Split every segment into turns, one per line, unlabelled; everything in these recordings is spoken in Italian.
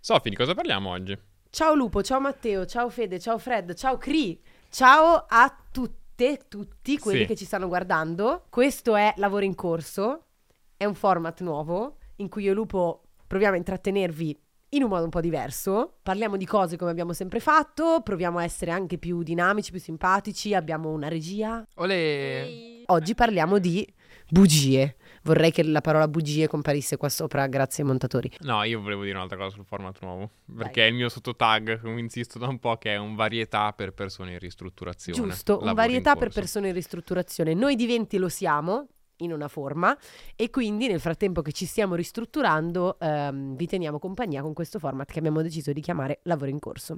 Sofi, di cosa parliamo oggi?
Ciao Lupo, ciao Matteo, ciao Fede, ciao Fred, ciao Cri, ciao a tutte, tutti quelli
Sì.
che ci stanno guardando. Questo è Lavoro in Corso, è un format nuovo in cui io e Lupo proviamo a intrattenervi in un modo un po' diverso. Parliamo di cose come abbiamo sempre fatto, proviamo a essere anche più dinamici, più simpatici, abbiamo una regia.
Ole.
Oggi parliamo di bugie. Vorrei che la parola bugie comparisse qua sopra, grazie ai montatori.
No, io volevo dire un'altra cosa sul format nuovo, perché è il mio sottotag, come insisto da un po', che è un varietà per persone in ristrutturazione.
Giusto, una
Lavoro
varietà
in
per
corso.
persone in ristrutturazione. Noi diventi lo siamo in una forma e quindi nel frattempo che ci stiamo ristrutturando ehm, vi teniamo compagnia con questo format che abbiamo deciso di chiamare Lavoro in corso.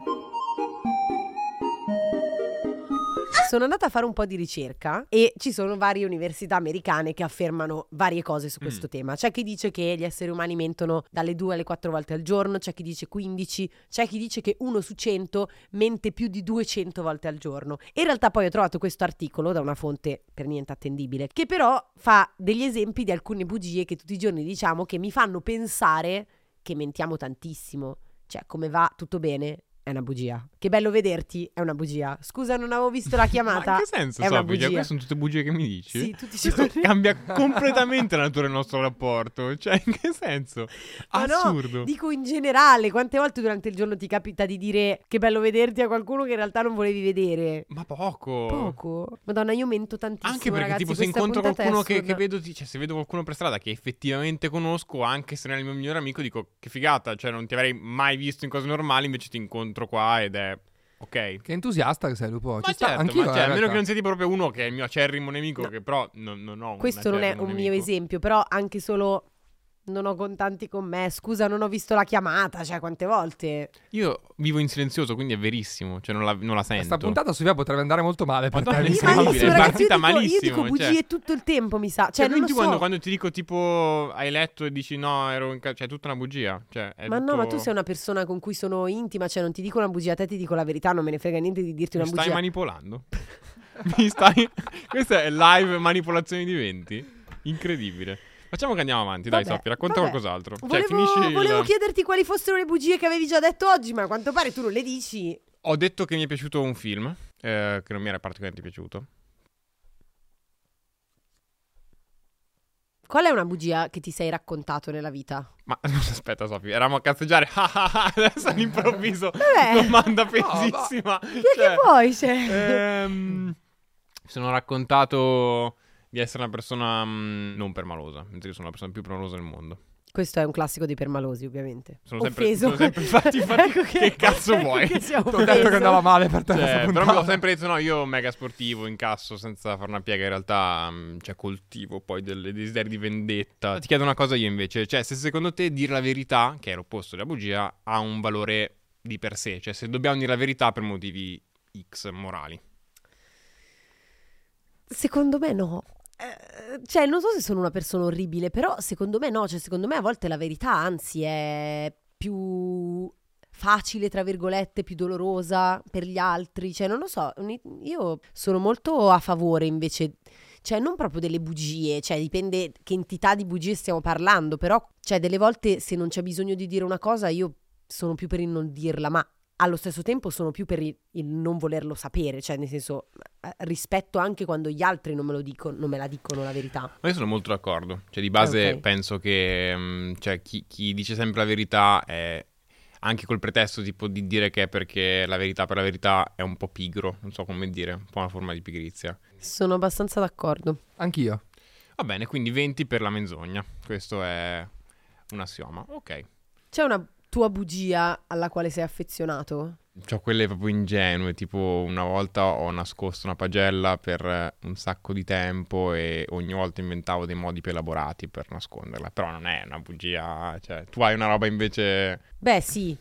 Sono andata a fare un po' di ricerca e ci sono varie università americane che affermano varie cose su questo
Mm.
tema. C'è chi dice che gli esseri umani mentono dalle 2 alle 4 volte al giorno, c'è chi dice 15, c'è chi dice che uno su 100 mente più di 200 volte al giorno. In realtà poi ho trovato questo articolo da una fonte per niente attendibile, che però fa degli esempi di alcune bugie che tutti i giorni diciamo che mi fanno pensare che mentiamo tantissimo. Cioè, come va? Tutto bene? È una bugia. Che bello vederti? È una bugia. Scusa, non avevo visto la
Ma in
chiamata.
che senso,
è una
Sofi? Cioè,
bugia.
queste sono tutte bugie che mi dici?
sì, tutti i
Questo
giorni.
cambia completamente la natura del nostro rapporto. Cioè, in che senso?
Ma no,
Assurdo.
Dico in generale, quante volte durante il giorno ti capita di dire che bello vederti a qualcuno che in realtà non volevi vedere?
Ma poco.
Poco. Madonna, io mento tantissimo.
Oh. Anche perché,
ragazzi,
tipo, se
questa
incontro
puntata è
qualcuno che, che
assurda.
vedo, ti- cioè, se vedo qualcuno per strada che effettivamente conosco, anche se non è il mio migliore amico, dico che figata, cioè, non ti avrei mai visto in cose normali, invece ti incontro qua ed è ok.
Che entusiasta che sei, Lupo.
Ma
Ci sta
certo,
anch'io.
ma
eh,
cioè, a
in
meno
realtà.
che non sia tipo proprio uno che è il mio acerrimo nemico,
No.
che però non, non ho un
Questo non è
acerrimo
un mio
nemico.
esempio, però anche solo non ho contanti con me. Scusa, non ho visto la chiamata, cioè quante volte?
Io vivo in silenzioso, quindi è verissimo, cioè non la, non la sento.
Sta puntata su via potrebbe andare molto male per
Madonna,
te.
è
Io
incredibile,
malissimo,
è
ragazzi, io
partita
dico, io
malissimo,
dico
cioè.
bugie tutto il tempo, mi sa. Cioè,
Cioè,
non lo
quindi
so.
quando, quando ti dico tipo hai letto e dici no, ero in ca- cioè è tutta una bugia. Cioè, è
Ma no,
tutto-
ma tu sei una persona con cui sono intima, cioè non ti dico una bugia, a te ti dico la verità, non me ne frega niente di dirti
Mi
una
stai
bugia.
manipolando. Mi stai... Questa è live manipolazione di venti. Incredibile. Facciamo che andiamo avanti, dai
Vabbè,
Soffi, racconta
vabbè.
qualcos'altro.
Volevo,
cioè, finisci il-
volevo chiederti quali fossero le bugie che avevi già detto oggi, ma a quanto pare tu non le dici.
Ho detto che mi è piaciuto un film, eh, che non mi era particolarmente piaciuto.
Qual è una bugia che ti sei raccontato nella vita?
Ma aspetta, Sofì, eravamo a cazzeggiare. Ah, ah, ah, adesso all'improvviso.
Vabbè.
Domanda pesissima.
Che, che vuoi, cioè?
ehm, mi sono raccontato di essere una persona mm, non permalosa, mentre io sono la persona più permalosa del mondo.
Questo è un classico dei permalosi, ovviamente.
Sono sempre-
offeso. Ecco
sono sempre- infatti, infatti, che cazzo vuoi?
Che sia
Ti ho detto che
offeso.
andava male per te.
Cioè,
questa
però mi ho
puntata.
sempre detto no, io mega sportivo, incasso senza fare una piega, in realtà mm, cioè, coltivo poi del- dei desideri di vendetta. Ti chiedo una cosa io invece, cioè se secondo te dire la verità, che è l'opposto della bugia, ha un valore di per sé, cioè se dobbiamo dire la verità per motivi X morali.
Secondo me no. Eh, Cioè, non so se sono una persona orribile, però secondo me no. Cioè, secondo me a volte la verità, anzi, è più facile, tra virgolette, più dolorosa per gli altri. Cioè, non lo so. ogni- Io sono molto a favore invece. Cioè, non proprio delle bugie, cioè dipende che entità di bugie stiamo parlando, però, cioè, delle volte se non c'è bisogno di dire una cosa, io sono più per il non dirla, ma allo stesso tempo sono più per il, il non volerlo sapere, cioè nel senso eh, rispetto anche quando gli altri non me lo dicono, non me la dicono la verità.
Ma io sono molto d'accordo, cioè di base
Ok.
penso che mm, cioè, chi, chi dice sempre la verità è... Anche col pretesto tipo di dire che è perché la verità per la verità è un po' pigro, non so come dire, un po' una forma di pigrizia.
Sono abbastanza d'accordo.
Anch'io.
Va bene, quindi 20 per la menzogna. Questo è un assioma. Ok.
C'è una tua bugia alla quale sei affezionato?
C'ho Cioè, quelle proprio ingenue, tipo una volta ho nascosto una pagella per eh, un sacco di tempo e ogni volta inventavo dei modi più elaborati per nasconderla, però non è una bugia, cioè tu hai una roba invece...
Beh, sì.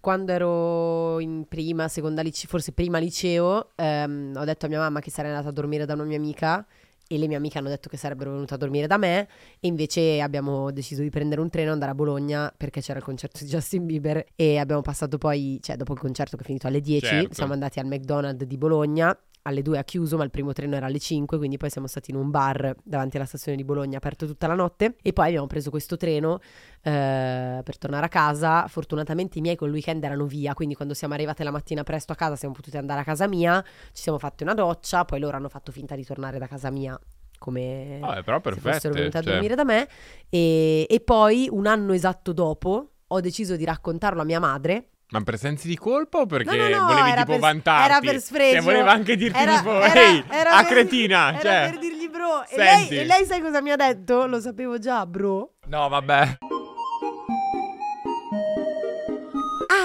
Quando ero in prima, seconda lice- forse prima liceo, ehm, ho detto a mia mamma che sarei andata a dormire da una mia amica e le mie amiche hanno detto che sarebbero venute a dormire da me e invece abbiamo deciso di prendere un treno e andare a Bologna perché c'era il concerto di Justin Bieber e abbiamo passato poi, cioè dopo il concerto che è finito alle 10,
Certo.
siamo andati al McDonald's di Bologna alle 2 ha chiuso, ma il primo treno era alle 5, quindi poi siamo stati in un bar davanti alla stazione di Bologna, aperto tutta la notte, e poi abbiamo preso questo treno eh, per tornare a casa. Fortunatamente i miei col weekend erano via, quindi quando siamo arrivate la mattina presto a casa siamo potute andare a casa mia, ci siamo fatte una doccia, poi loro hanno fatto finta di tornare da casa mia. Come
Vabbè, però
se fossero
Ah, perfetto.
venute a
Cioè,
dormire da me. E, e poi un anno esatto dopo ho deciso di raccontarlo a mia madre.
ma per sensi di colpa o perché
No, no, no,
volevi
era
tipo
per-
vantarti?
era per sfregio.
Cioè, voleva anche dirti
Era-
tipo,
era-
ehi,
era
a
per-
cretina,
era
cioè.
per dirgli bro. E lei,
Senti.
e lei sai cosa mi ha detto? Lo sapevo già, bro.
No, vabbè.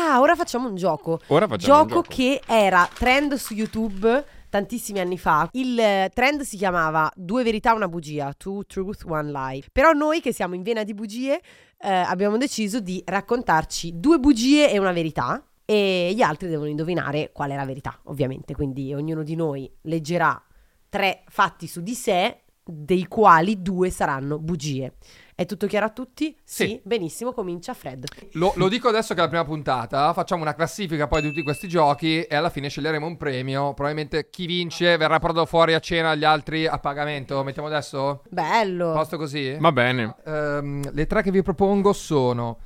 Ah, ora facciamo un gioco.
Ora facciamo un
gioco che era trend su YouTube tantissimi anni fa. Il eh, trend si chiamava Due verità, una bugia, Two Truth, One Lie. Però noi che siamo in vena di bugie eh, abbiamo deciso di raccontarci due bugie e una verità. E gli altri devono indovinare qual è la verità, ovviamente. Quindi ognuno di noi leggerà tre fatti su di sé, dei quali due saranno bugie. È tutto chiaro a tutti?
Sì.
Benissimo, comincia Fred.
Lo, lo dico adesso che è la prima puntata. Facciamo una classifica poi di tutti questi giochi e alla fine sceglieremo un premio. Probabilmente chi vince verrà portato fuori a cena, gli altri a pagamento. Mettiamo adesso?
Bello.
Posto così?
Va bene.
Ehm, le tre che vi propongo sono: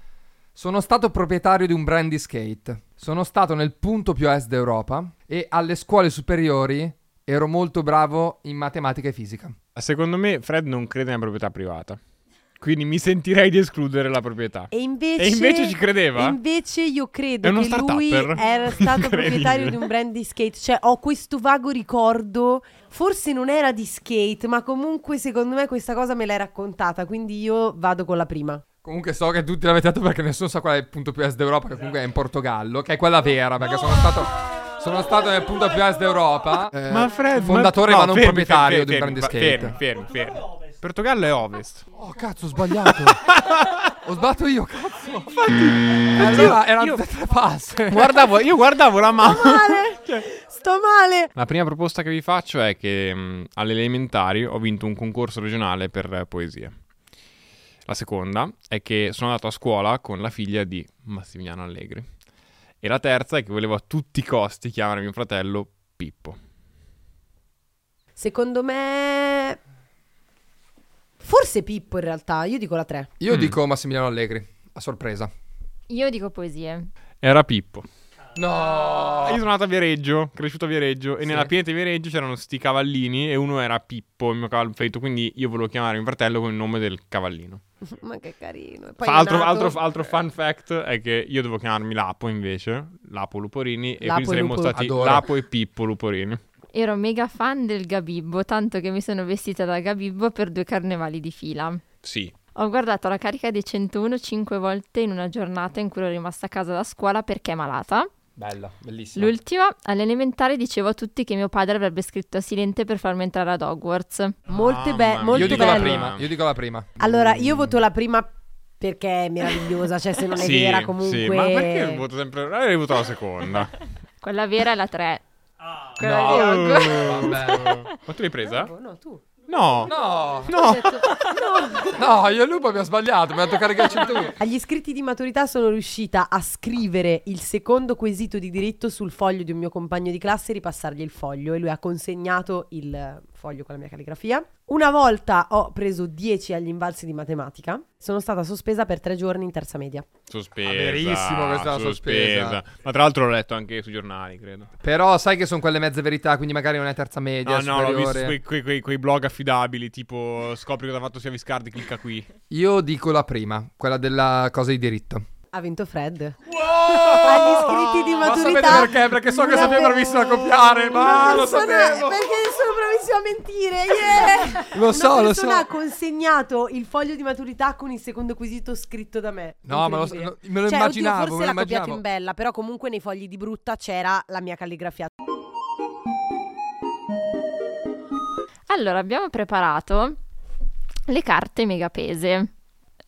Sono stato proprietario di un brand di skate. Sono stato nel punto più a est d'Europa. E alle scuole superiori ero molto bravo in matematica e fisica.
Secondo me Fred non crede nella proprietà privata. Quindi mi sentirei di escludere la proprietà.
E invece,
E invece ci credeva?
Invece io credo
È uno
che lui
startupper.
era stato proprietario
Incredibile.
di un brand di skate. Cioè, ho questo vago ricordo. Forse non era di skate, ma comunque secondo me questa cosa me l'hai raccontata. Quindi io vado con la prima.
Comunque so che tutti l'avete detto perché nessuno sa qual è il punto più a est d'Europa, che comunque è in Portogallo, che è quella vera, perché sono stato, sono stato nel punto più a est d'Europa. eh,
Ma Fred,
fondatore ma,
no,
non
fermi,
proprietario
fermi,
di un
fermi,
grande
fermi,
skate.
Fermi, fermi, fermi. Portogallo è ovest.
Oh cazzo, ho sbagliato. ho sbagliato io, cazzo. E allora erano
io-
tutte e tre false.
Guardavo, io guardavo la mano.
Sto
Cioè
male! Sto male!
La prima proposta che vi faccio è che mh, alle elementari ho vinto un concorso regionale per eh, poesia. La seconda è che sono andato a scuola con la figlia di Massimiliano Allegri. E la terza è che volevo a tutti i costi chiamare mio fratello Pippo.
Secondo me. Forse Pippo in realtà. Io dico la 3.
Io
Mm.
dico Massimiliano Allegri, a sorpresa.
Io dico poesie.
Era Pippo.
No!
Io sono nato a Viareggio, cresciuto a Viareggio, e
Sì.
nella pianeta di Viareggio c'erano sti cavallini e uno era Pippo, il mio cavallo preferito, quindi io volevo chiamare mio fratello con il nome del cavallino.
ma che carino. E poi
Fa-
è
altro,
nato-
altro- altro fun fact è che io devo chiamarmi Lapo invece, Lapo Luporini, e
Lapo
quindi
e
saremmo
Lupo.
stati
Adoro.
Lapo e Pippo Luporini.
Ero mega fan del Gabibbo, tanto che mi sono vestita da Gabibbo per due carnevali di fila.
Sì.
Ho guardato la carica dei 101 cinque volte in una giornata in cui ero rimasta a casa da scuola perché malata.
Bella, bellissima.
L'ultima, all'elementare dicevo a tutti che mio padre avrebbe scritto a Silente per farmi entrare ad Hogwarts.
Molte be-
Mamma mia.
molto
io dico la
bello.
prima, io dico la prima.
Allora, io voto la prima perché è meravigliosa, cioè se non è
Sì,
vera
sì,
comunque...
ma perché voto sempre... Avrei votato la seconda.
Quella vera è la 3. Quella
No.
di Hogwarts.
ma tu l'hai presa?
Oh, no, tu.
No.
No,
No.
no, io e Lupo abbiamo sbagliato, mi ha toccato caricare 101.
Agli iscritti di maturità sono riuscita a scrivere il secondo quesito di diritto sul foglio di un mio compagno di classe e ripassargli il foglio e lui ha consegnato il foglio con la mia calligrafia. Una volta ho preso 10 agli invalsi di matematica, sono stata sospesa per tre giorni in terza media.
Sospesa.
Ah, verissimo, questa è la sospesa.
Ma tra l'altro l'ho letto anche sui giornali, credo.
Però sai che sono quelle mezze verità, quindi magari non è terza media,
No, no, l'ho visto
superiore.
su quei, quei- quei- quei blog affidabili, tipo scopri cosa ha fatto Sia Viscardi, clicca qui.
Io dico la prima, quella della cosa di diritto.
Ha vinto Fred.
Agli
iscritti di
Ma
maturità-
sapete perché? Perché so che
Una
sapete
per-
avervi a copiare, ma
Una
lo
persona-
sapevo.
Perché sono bravissima a mentire. yeah!
Lo so,
Una
lo
persona
so.
ha consegnato il foglio di maturità con il secondo quesito scritto da me.
No, ma lo-
Incredibile.
me lo
Cioè,
immaginavo,
oddio,
me
forse
lo
l'ha copiato
immaginavo.
in bella, però comunque nei fogli di brutta c'era la mia calligrafia.
Allora, abbiamo preparato le carte mega pese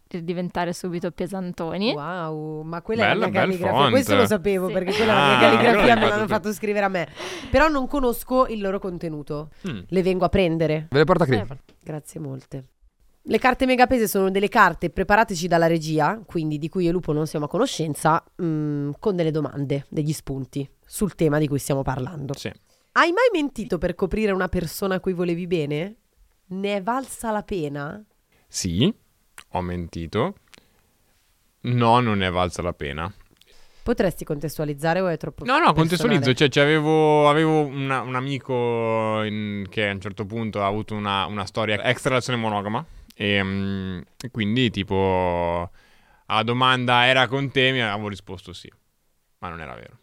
per diventare subito pesantoni.
Wow, ma quella
Bella,
è la mia
bel
calligrafia.
font.
Questo lo sapevo
Sì.
perché quella è la mia
Ah, allora
calligrafia
l'hai
me
fatto
l'hanno fatto scrivere a me. Però non conosco il loro contenuto.
Mm.
Le vengo a prendere.
Ve le porta qui.
Eh,
Grazie molte. Le carte megapese sono delle carte preparateci dalla regia, quindi di cui io e Lupo non siamo a conoscenza, mm, con delle domande, degli spunti sul tema di cui stiamo parlando.
Sì.
Hai mai mentito per coprire una persona a cui volevi bene? Ne è valsa la pena?
Sì, ho mentito. No, non ne è valsa la pena.
Potresti contestualizzare o è troppo
No, no,
personale?
contestualizzo. Cioè, c'avevo, avevo una- un amico in- che a un certo punto ha avuto una, una storia ex relazione monogama. E mm, e quindi, tipo, alla domanda era con te, mi avevo risposto sì. Ma non era vero.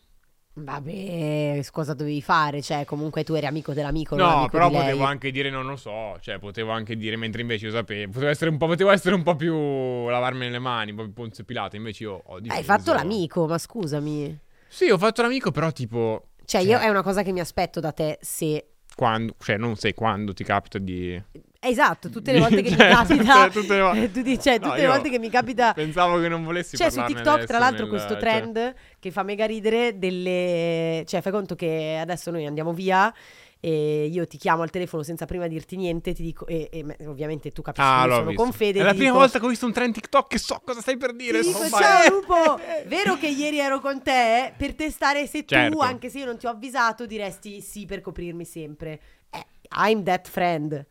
Vabbè, cosa dovevi fare? Cioè, comunque tu eri amico dell'amico, non
No,
amico
però
di lei.
potevo anche dire non lo so, cioè potevo anche dire mentre invece io sapevo, potevo essere un po', potevo essere un po' più lavarmi le mani, un po' più Ponzio Pilato, invece io ho difeso.
Hai fatto l'amico, ma scusami.
Sì, ho fatto l'amico, però tipo
Cioè,
Sì.
io è una cosa che mi aspetto da te se...
quando, cioè non sai quando ti capita di
Esatto, tutte le volte che mi
Cioè,
capita...
tutte- tutte le vo-
tu dici, cioè,
No,
tutte le
io
volte che mi capita...
Pensavo che non volessi
C'è su
parlarne
TikTok, tra
adesso
l'altro,
nel-
questo
cioè-
trend che fa mega ridere delle... Cioè, fai conto che adesso noi andiamo via e io ti chiamo al telefono senza prima dirti niente, ti dico... E, e me- ovviamente tu capisci
Ah,
che
l'ho
sono
visto.
con Fede.
È la
ti
prima
dico-
volta che ho visto un trend TikTok che so cosa stai per dire.
Ti
so-
dico,
vai.
ciao lupo, vero che ieri ero con te per testare se tu,
Certo.
anche se io non ti ho avvisato, diresti sì per coprirmi sempre. Eh, I'm that friend.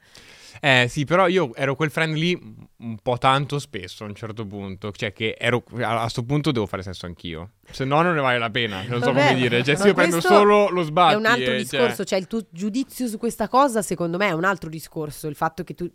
Eh sì, però io ero quel friend lì un po' tanto spesso a un certo punto, cioè che ero a a sto punto devo fare sesso anch'io, se no non ne vale la pena, non so
Vabbè,
come dire, cioè se
ma
io prendo
questo
solo lo sbatti
è un altro
eh, cioè-
discorso, cioè... il tuo giudizio su questa cosa secondo me è un altro discorso, il fatto che tu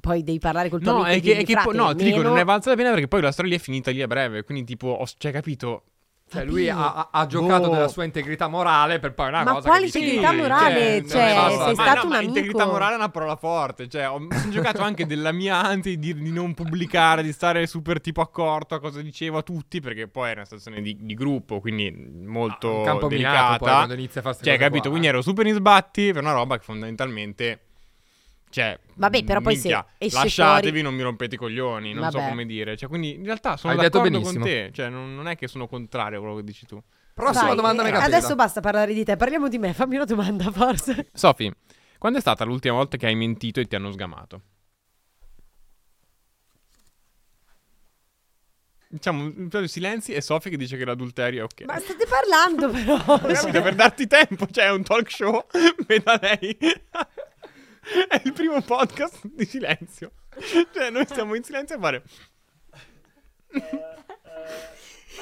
poi devi parlare col tuo
No,
amico
è
e
che,
dirgli,
è che
"Frate,
po- no, ti dico,
meno-
non è valsa la pena perché poi la storia lì è finita lì a breve, quindi tipo, ho, cioè capito,
Cioè, lui ha, ha- ha
Boh.
giocato della sua integrità morale per poi una
Ma
cosa.
quale
che dici,
integrità
sì,
morale?
non
Cioè,
ne
non è
basta.
valsa la
sei
Ma-
pena.
stato
no,
un
ma
amico.
integrità morale è una parola forte, cioè ho, mi sono giocato anche della mia ansia di, di non pubblicare, di stare super tipo accorto a cosa dicevo a tutti, perché poi era una situazione di, di gruppo, quindi molto
Ah, un campo minato
delicata.
poi quando inizia a fare queste
cioè,
cose
capito,
qua,
quindi
eh.
ero super in sbatti per una roba che fondamentalmente cioè
Vabbè, però poi se
minchia,
esce
lasciatevi,
fuori-
non mi rompete i coglioni, non so
Vabbè.
come dire. Cioè, quindi in realtà sono
Hai detto
d'accordo con
benissimo.
te, cioè non, non è che sono contrario a quello che dici tu.
Prossima
Vai,
domanda
eh,
mega
Adesso basta parlare di te, parliamo di me, fammi una domanda forse.
Sofi, quando è stata l'ultima volta che hai mentito e ti hanno sgamato? Diciamo un po' di silenzi e Sofi che dice che l'adulterio è ok.
Ma state parlando però.
Capito, per darti tempo, cioè è un talk show, metà lei. è il primo podcast di silenzio. Cioè noi stiamo in silenzio a fare...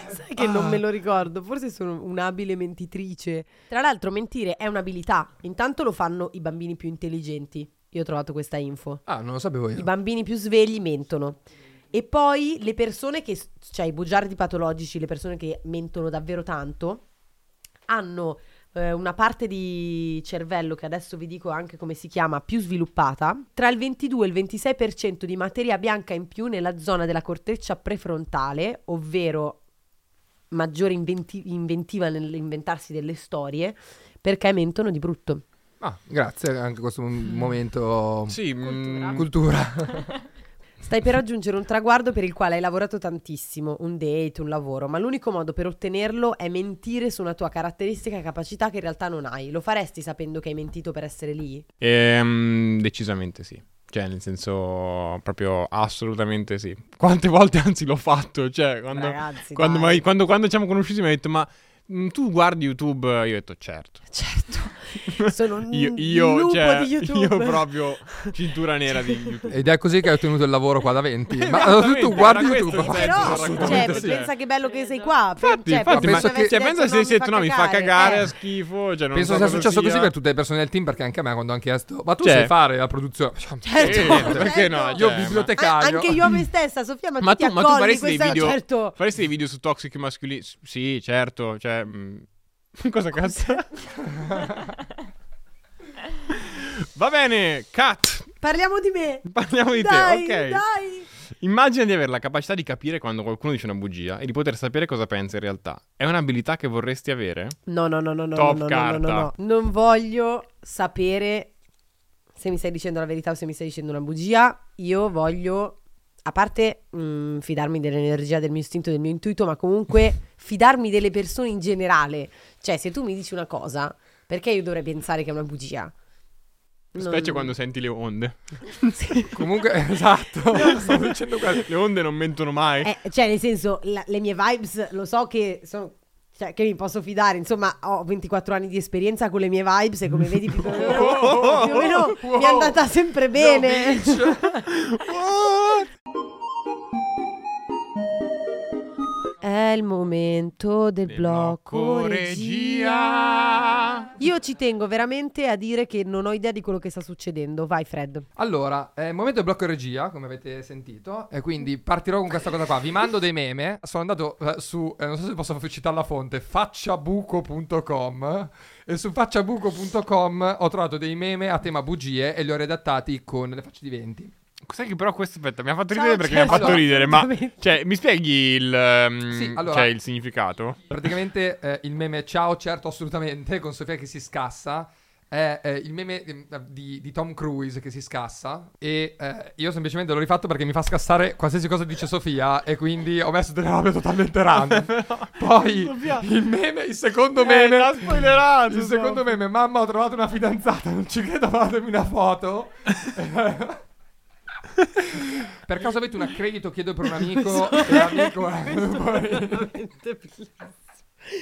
Sai che non me
Ah.
lo ricordo, forse sono un'abile mentitrice. Tra l'altro mentire è un'abilità, intanto lo fanno i bambini più intelligenti. Io ho trovato questa info.
Ah, non lo sapevo io.
I bambini più svegli mentono. E poi le persone che, cioè i bugiardi patologici, le persone che mentono davvero tanto, hanno eh, una parte di cervello che adesso vi dico anche come si chiama, più sviluppata, tra il 22 e il 26% di materia bianca in più nella zona della corteccia prefrontale, ovvero maggiore inventi- inventiva nell'inventarsi delle storie, perché mentono di brutto.
Ah, grazie anche questo è
Mm.
un momento mm,
Sì,
Cultura.
cultura.
Stai per raggiungere un traguardo per il quale hai lavorato tantissimo, un date, un lavoro, ma l'unico modo per ottenerlo è mentire su una tua caratteristica e capacità che in realtà non hai. Lo faresti sapendo che hai mentito per essere lì?
Ehm, decisamente sì. Cioè, nel senso, proprio assolutamente sì. Quante volte anzi l'ho fatto. Cioè, quando,
Ragazzi,
quando,
dai.
mi- quando- quando ci siamo conosciuti mi ha detto, ma mm, tu guardi YouTube? Io ho detto, certo.
Certo, sono un
Io, io,
lupo
cioè,
di YouTube. Cioè,
io proprio cintura nera di YouTube.
Ed è così che hai ottenuto il lavoro qua da 20. Ma
Esattamente,
tu guardi
era
YouTube.
questo il
ma-
senso,
Però,
racconto,
cioè,
sì.
pensa che bello che sei qua. per-
Infatti,
cioè,
infatti,
proprio
ma
penso
se avessi
cioè,
detto
pensa se
mi
sei
fa
detto no, mi fa cagare, è
cagare. Eh,
schifo. Cioè, non so
Penso sia
cosa
successo
sia.
così per tutte le persone del team, perché anche a me quando anche detto Ma tu
Cioè-
sai fare la produzione? Cioè,
Certo,
Sì, Eh, perché
certo.
no?
Io
Cioè, ma-
Eh,
bibliotecario.
anche io a me stessa, Sofia, ma,
Ma
tu,
tu,
ti
ma tu
accolli
faresti dei
questa-
video
certo.
faresti dei video su toxici mascolini? S- Sì, certo, cioè mh, cosa cazzo? Va bene, cut.
Parliamo di me.
Parliamo di
dai,
te, ok.
dai.
Immagina di avere la capacità di capire quando qualcuno dice una bugia e di poter sapere cosa pensa in realtà. È un'abilità che vorresti avere?
No, no, no, no, no,
Top
no, no, no,
carta.
no, no. Non voglio sapere se mi stai dicendo la verità o se mi stai dicendo una bugia. Io voglio, a parte mm, fidarmi dell'energia, del mio istinto, del mio intuito, ma comunque fidarmi delle persone in generale. Cioè, se tu mi dici una cosa, perché io dovrei pensare che è una bugia? Non-
Specie quando senti le onde.
Comunque, esatto.
Stavo dicendo quello. Le onde non mentono mai.
Eh, cioè, nel senso, la- le mie vibes lo so che sono Cioè, che mi posso fidare, insomma, ho 24 anni di esperienza con le mie vibes e come vedi più o meno, più o meno mi è andata sempre bene. È il momento del blocco regia. Io ci tengo veramente a dire che non ho idea di quello che sta succedendo. Vai, Fred.
Allora, è il momento del blocco regia, come avete sentito, e quindi partirò con questa cosa qua. Vi mando dei meme. Sono andato eh, su, eh, non so se posso citare la fonte, facciabuco.com e su facciabuco.com ho trovato dei meme a tema bugie e li ho redattati con le facce di venti.
Cos'è che però questo aspetta, mi ha fatto
Ciao,
ridere perché mi ha
Cesare.
fatto ridere, ma
Veramente.
cioè, mi spieghi il, ehm,
Sì, allora-
cioè, il significato?
Praticamente eh, il meme ciao, certo, assolutamente, con Sofia che si scassa. È eh, il meme eh, di, di Tom Cruise che si scassa. E eh, io semplicemente l'ho rifatto perché mi fa scassare qualsiasi cosa dice Sofia. E quindi ho messo delle robe totalmente random. Poi il meme, il secondo meme.
l'ha spoilerato,
Il secondo meme, mamma, ho trovato una fidanzata. Non ci credo, fatemi una foto. per caso avete un accredito? Chiedo per un amico. e l'amico è-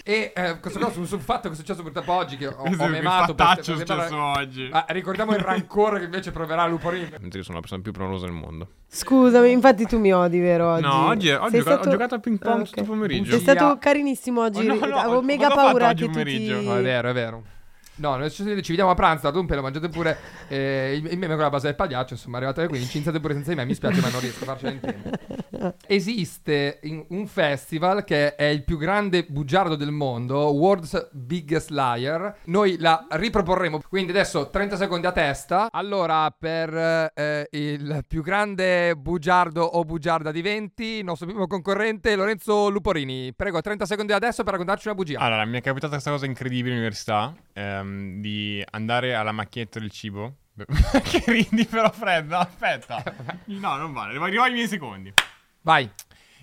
e eh, questo qua su, sul fatto che è successo purtroppo oggi, che ho, ho memato. per-
fataccio
per-
è
per-
successo oggi.
Ah,
eh.
ricordiamo il rancore che invece proverà Luporini.
Penso che sono la persona più pronosa del mondo.
Scusami, infatti tu mi odi, vero? Oggi?
No, oggi, oggi
Sei
ho, gioca- ho
stato-
giocato a ping pong
Ah, ok.
tutto il pomeriggio.
Sei
Bugia.
stato carinissimo oggi.
Oh, no, no,
Avevo
ho-
mega
cosa ho fatto
paura
oggi
che tu
pomeriggio?
ti...
No, è vero, è vero. No, noi ci ci vediamo a pranzo, dunque lo mangiate pure eh, il, il meme con la base del pagliaccio, insomma, arrivate alle 15, iniziate pure senza di me, mi spiace ma non riesco a farcela in tempo. Esiste in- un festival che è il più grande bugiardo del mondo, World's Biggest Liar. Noi la riproporremo, quindi adesso 30 secondi a testa. Allora, per eh, il più grande bugiardo o bugiarda di 20, il nostro primo concorrente Lorenzo Luporini. Prego, 30 secondi adesso per raccontarci una bugia.
Allora, mi è capitata questa cosa incredibile all'università, ehm, di andare alla macchinetta del cibo. che ridi però fredda, aspetta. No, non vale, devo arrivare ai miei secondi.
Vai.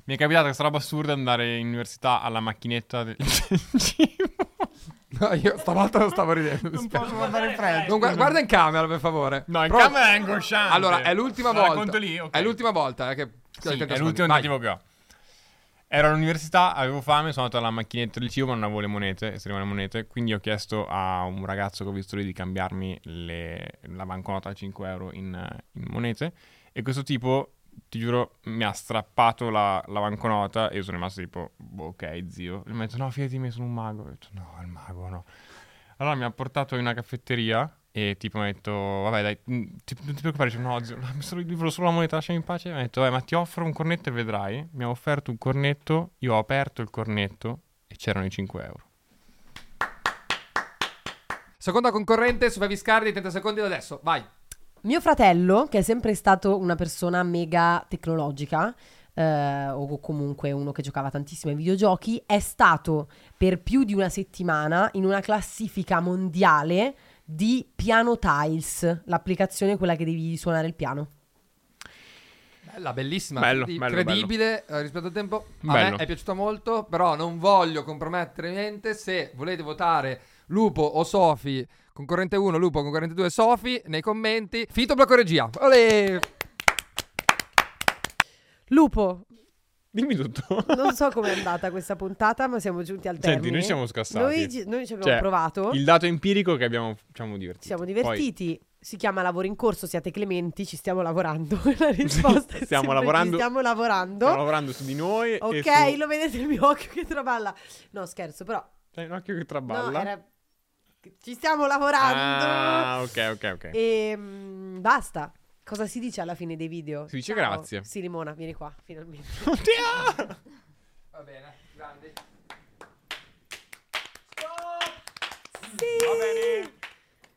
Mi è capitata questa roba assurda di andare in università alla macchinetta del cibo.
No, io stavolta non stavo ridendo. mi
Non
spiace.
posso guardare freddo.
Non gua- guarda in camera, per favore.
No, in
Pronto?
camera è angosciante.
Allora, è l'ultima
La
volta.
racconto lì, ok.
È l'ultima volta eh, che
Sì,
che- che-
è l'ultimo
vai.
tentativo che ho. Ero all'università, avevo fame, sono andato alla macchinetta del cibo, ma non avevo le monete, e se le monete, quindi ho chiesto a un ragazzo che ho visto lì di cambiarmi le- la banconota a 5 euro in, in monete e questo tipo, ti giuro, mi ha strappato la, la banconota e io sono rimasto tipo, boh, ok zio, e mi ha detto no, fidati di me, sono un mago, ho detto no, il mago no. Allora mi ha portato in una caffetteria e tipo mi ha detto, vabbè dai, mh, ti- non ti preoccupare, dice, no zio, no, mi sono- volevo solo la moneta, lasciami in pace. Mi ha detto, vabbè ma ti offro un cornetto e vedrai. Mi ha offerto un cornetto, io ho aperto il cornetto e c'erano i 5 euro.
Seconda concorrente, Sofia Viscardi, 30 secondi da adesso. Vai.
Mio fratello, che è sempre stato una persona mega tecnologica, eh, o comunque uno che giocava tantissimo ai videogiochi, è stato per più di una settimana in una classifica mondiale di Piano Tiles, l'applicazione quella che devi suonare il piano.
Bella, bellissima.
Bello,
Di-
bello,
incredibile eh, rispetto al tempo. A
Bello.
me è piaciuta molto, però non voglio compromettere niente. Se volete votare Lupo o Sofi, concorrente 1, Lupo, concorrente 2, Sofi, nei commenti. Fito blocco regia. Olè!
Lupo,
Dimmi tutto.
non so com'è andata questa puntata, ma siamo giunti al termine.
Senti, noi siamo scassati.
Noi, ci- noi ci abbiamo
Cioè,
provato,
Il dato empirico che abbiamo, ci siamo divertiti.
ci siamo
Poi-
divertiti. Si chiama lavoro in corso, siate clementi, ci stiamo lavorando. La risposta è sempre,
stiamo lavorando.
Ci stiamo lavorando.
Stiamo lavorando su di noi. e
Ok,
su-
lo vedete il mio occhio che traballa. No, scherzo, però.
C'hai un occhio che
No,
traballa.
era... Ci stiamo lavorando.
Ah, ok, ok, ok.
E mm, basta. Cosa si dice alla fine dei video?
Si dice
Ciao.
grazie.
Sì, Limona, vieni qua, finalmente.
Oddio!
Va bene, grandi.
Sì!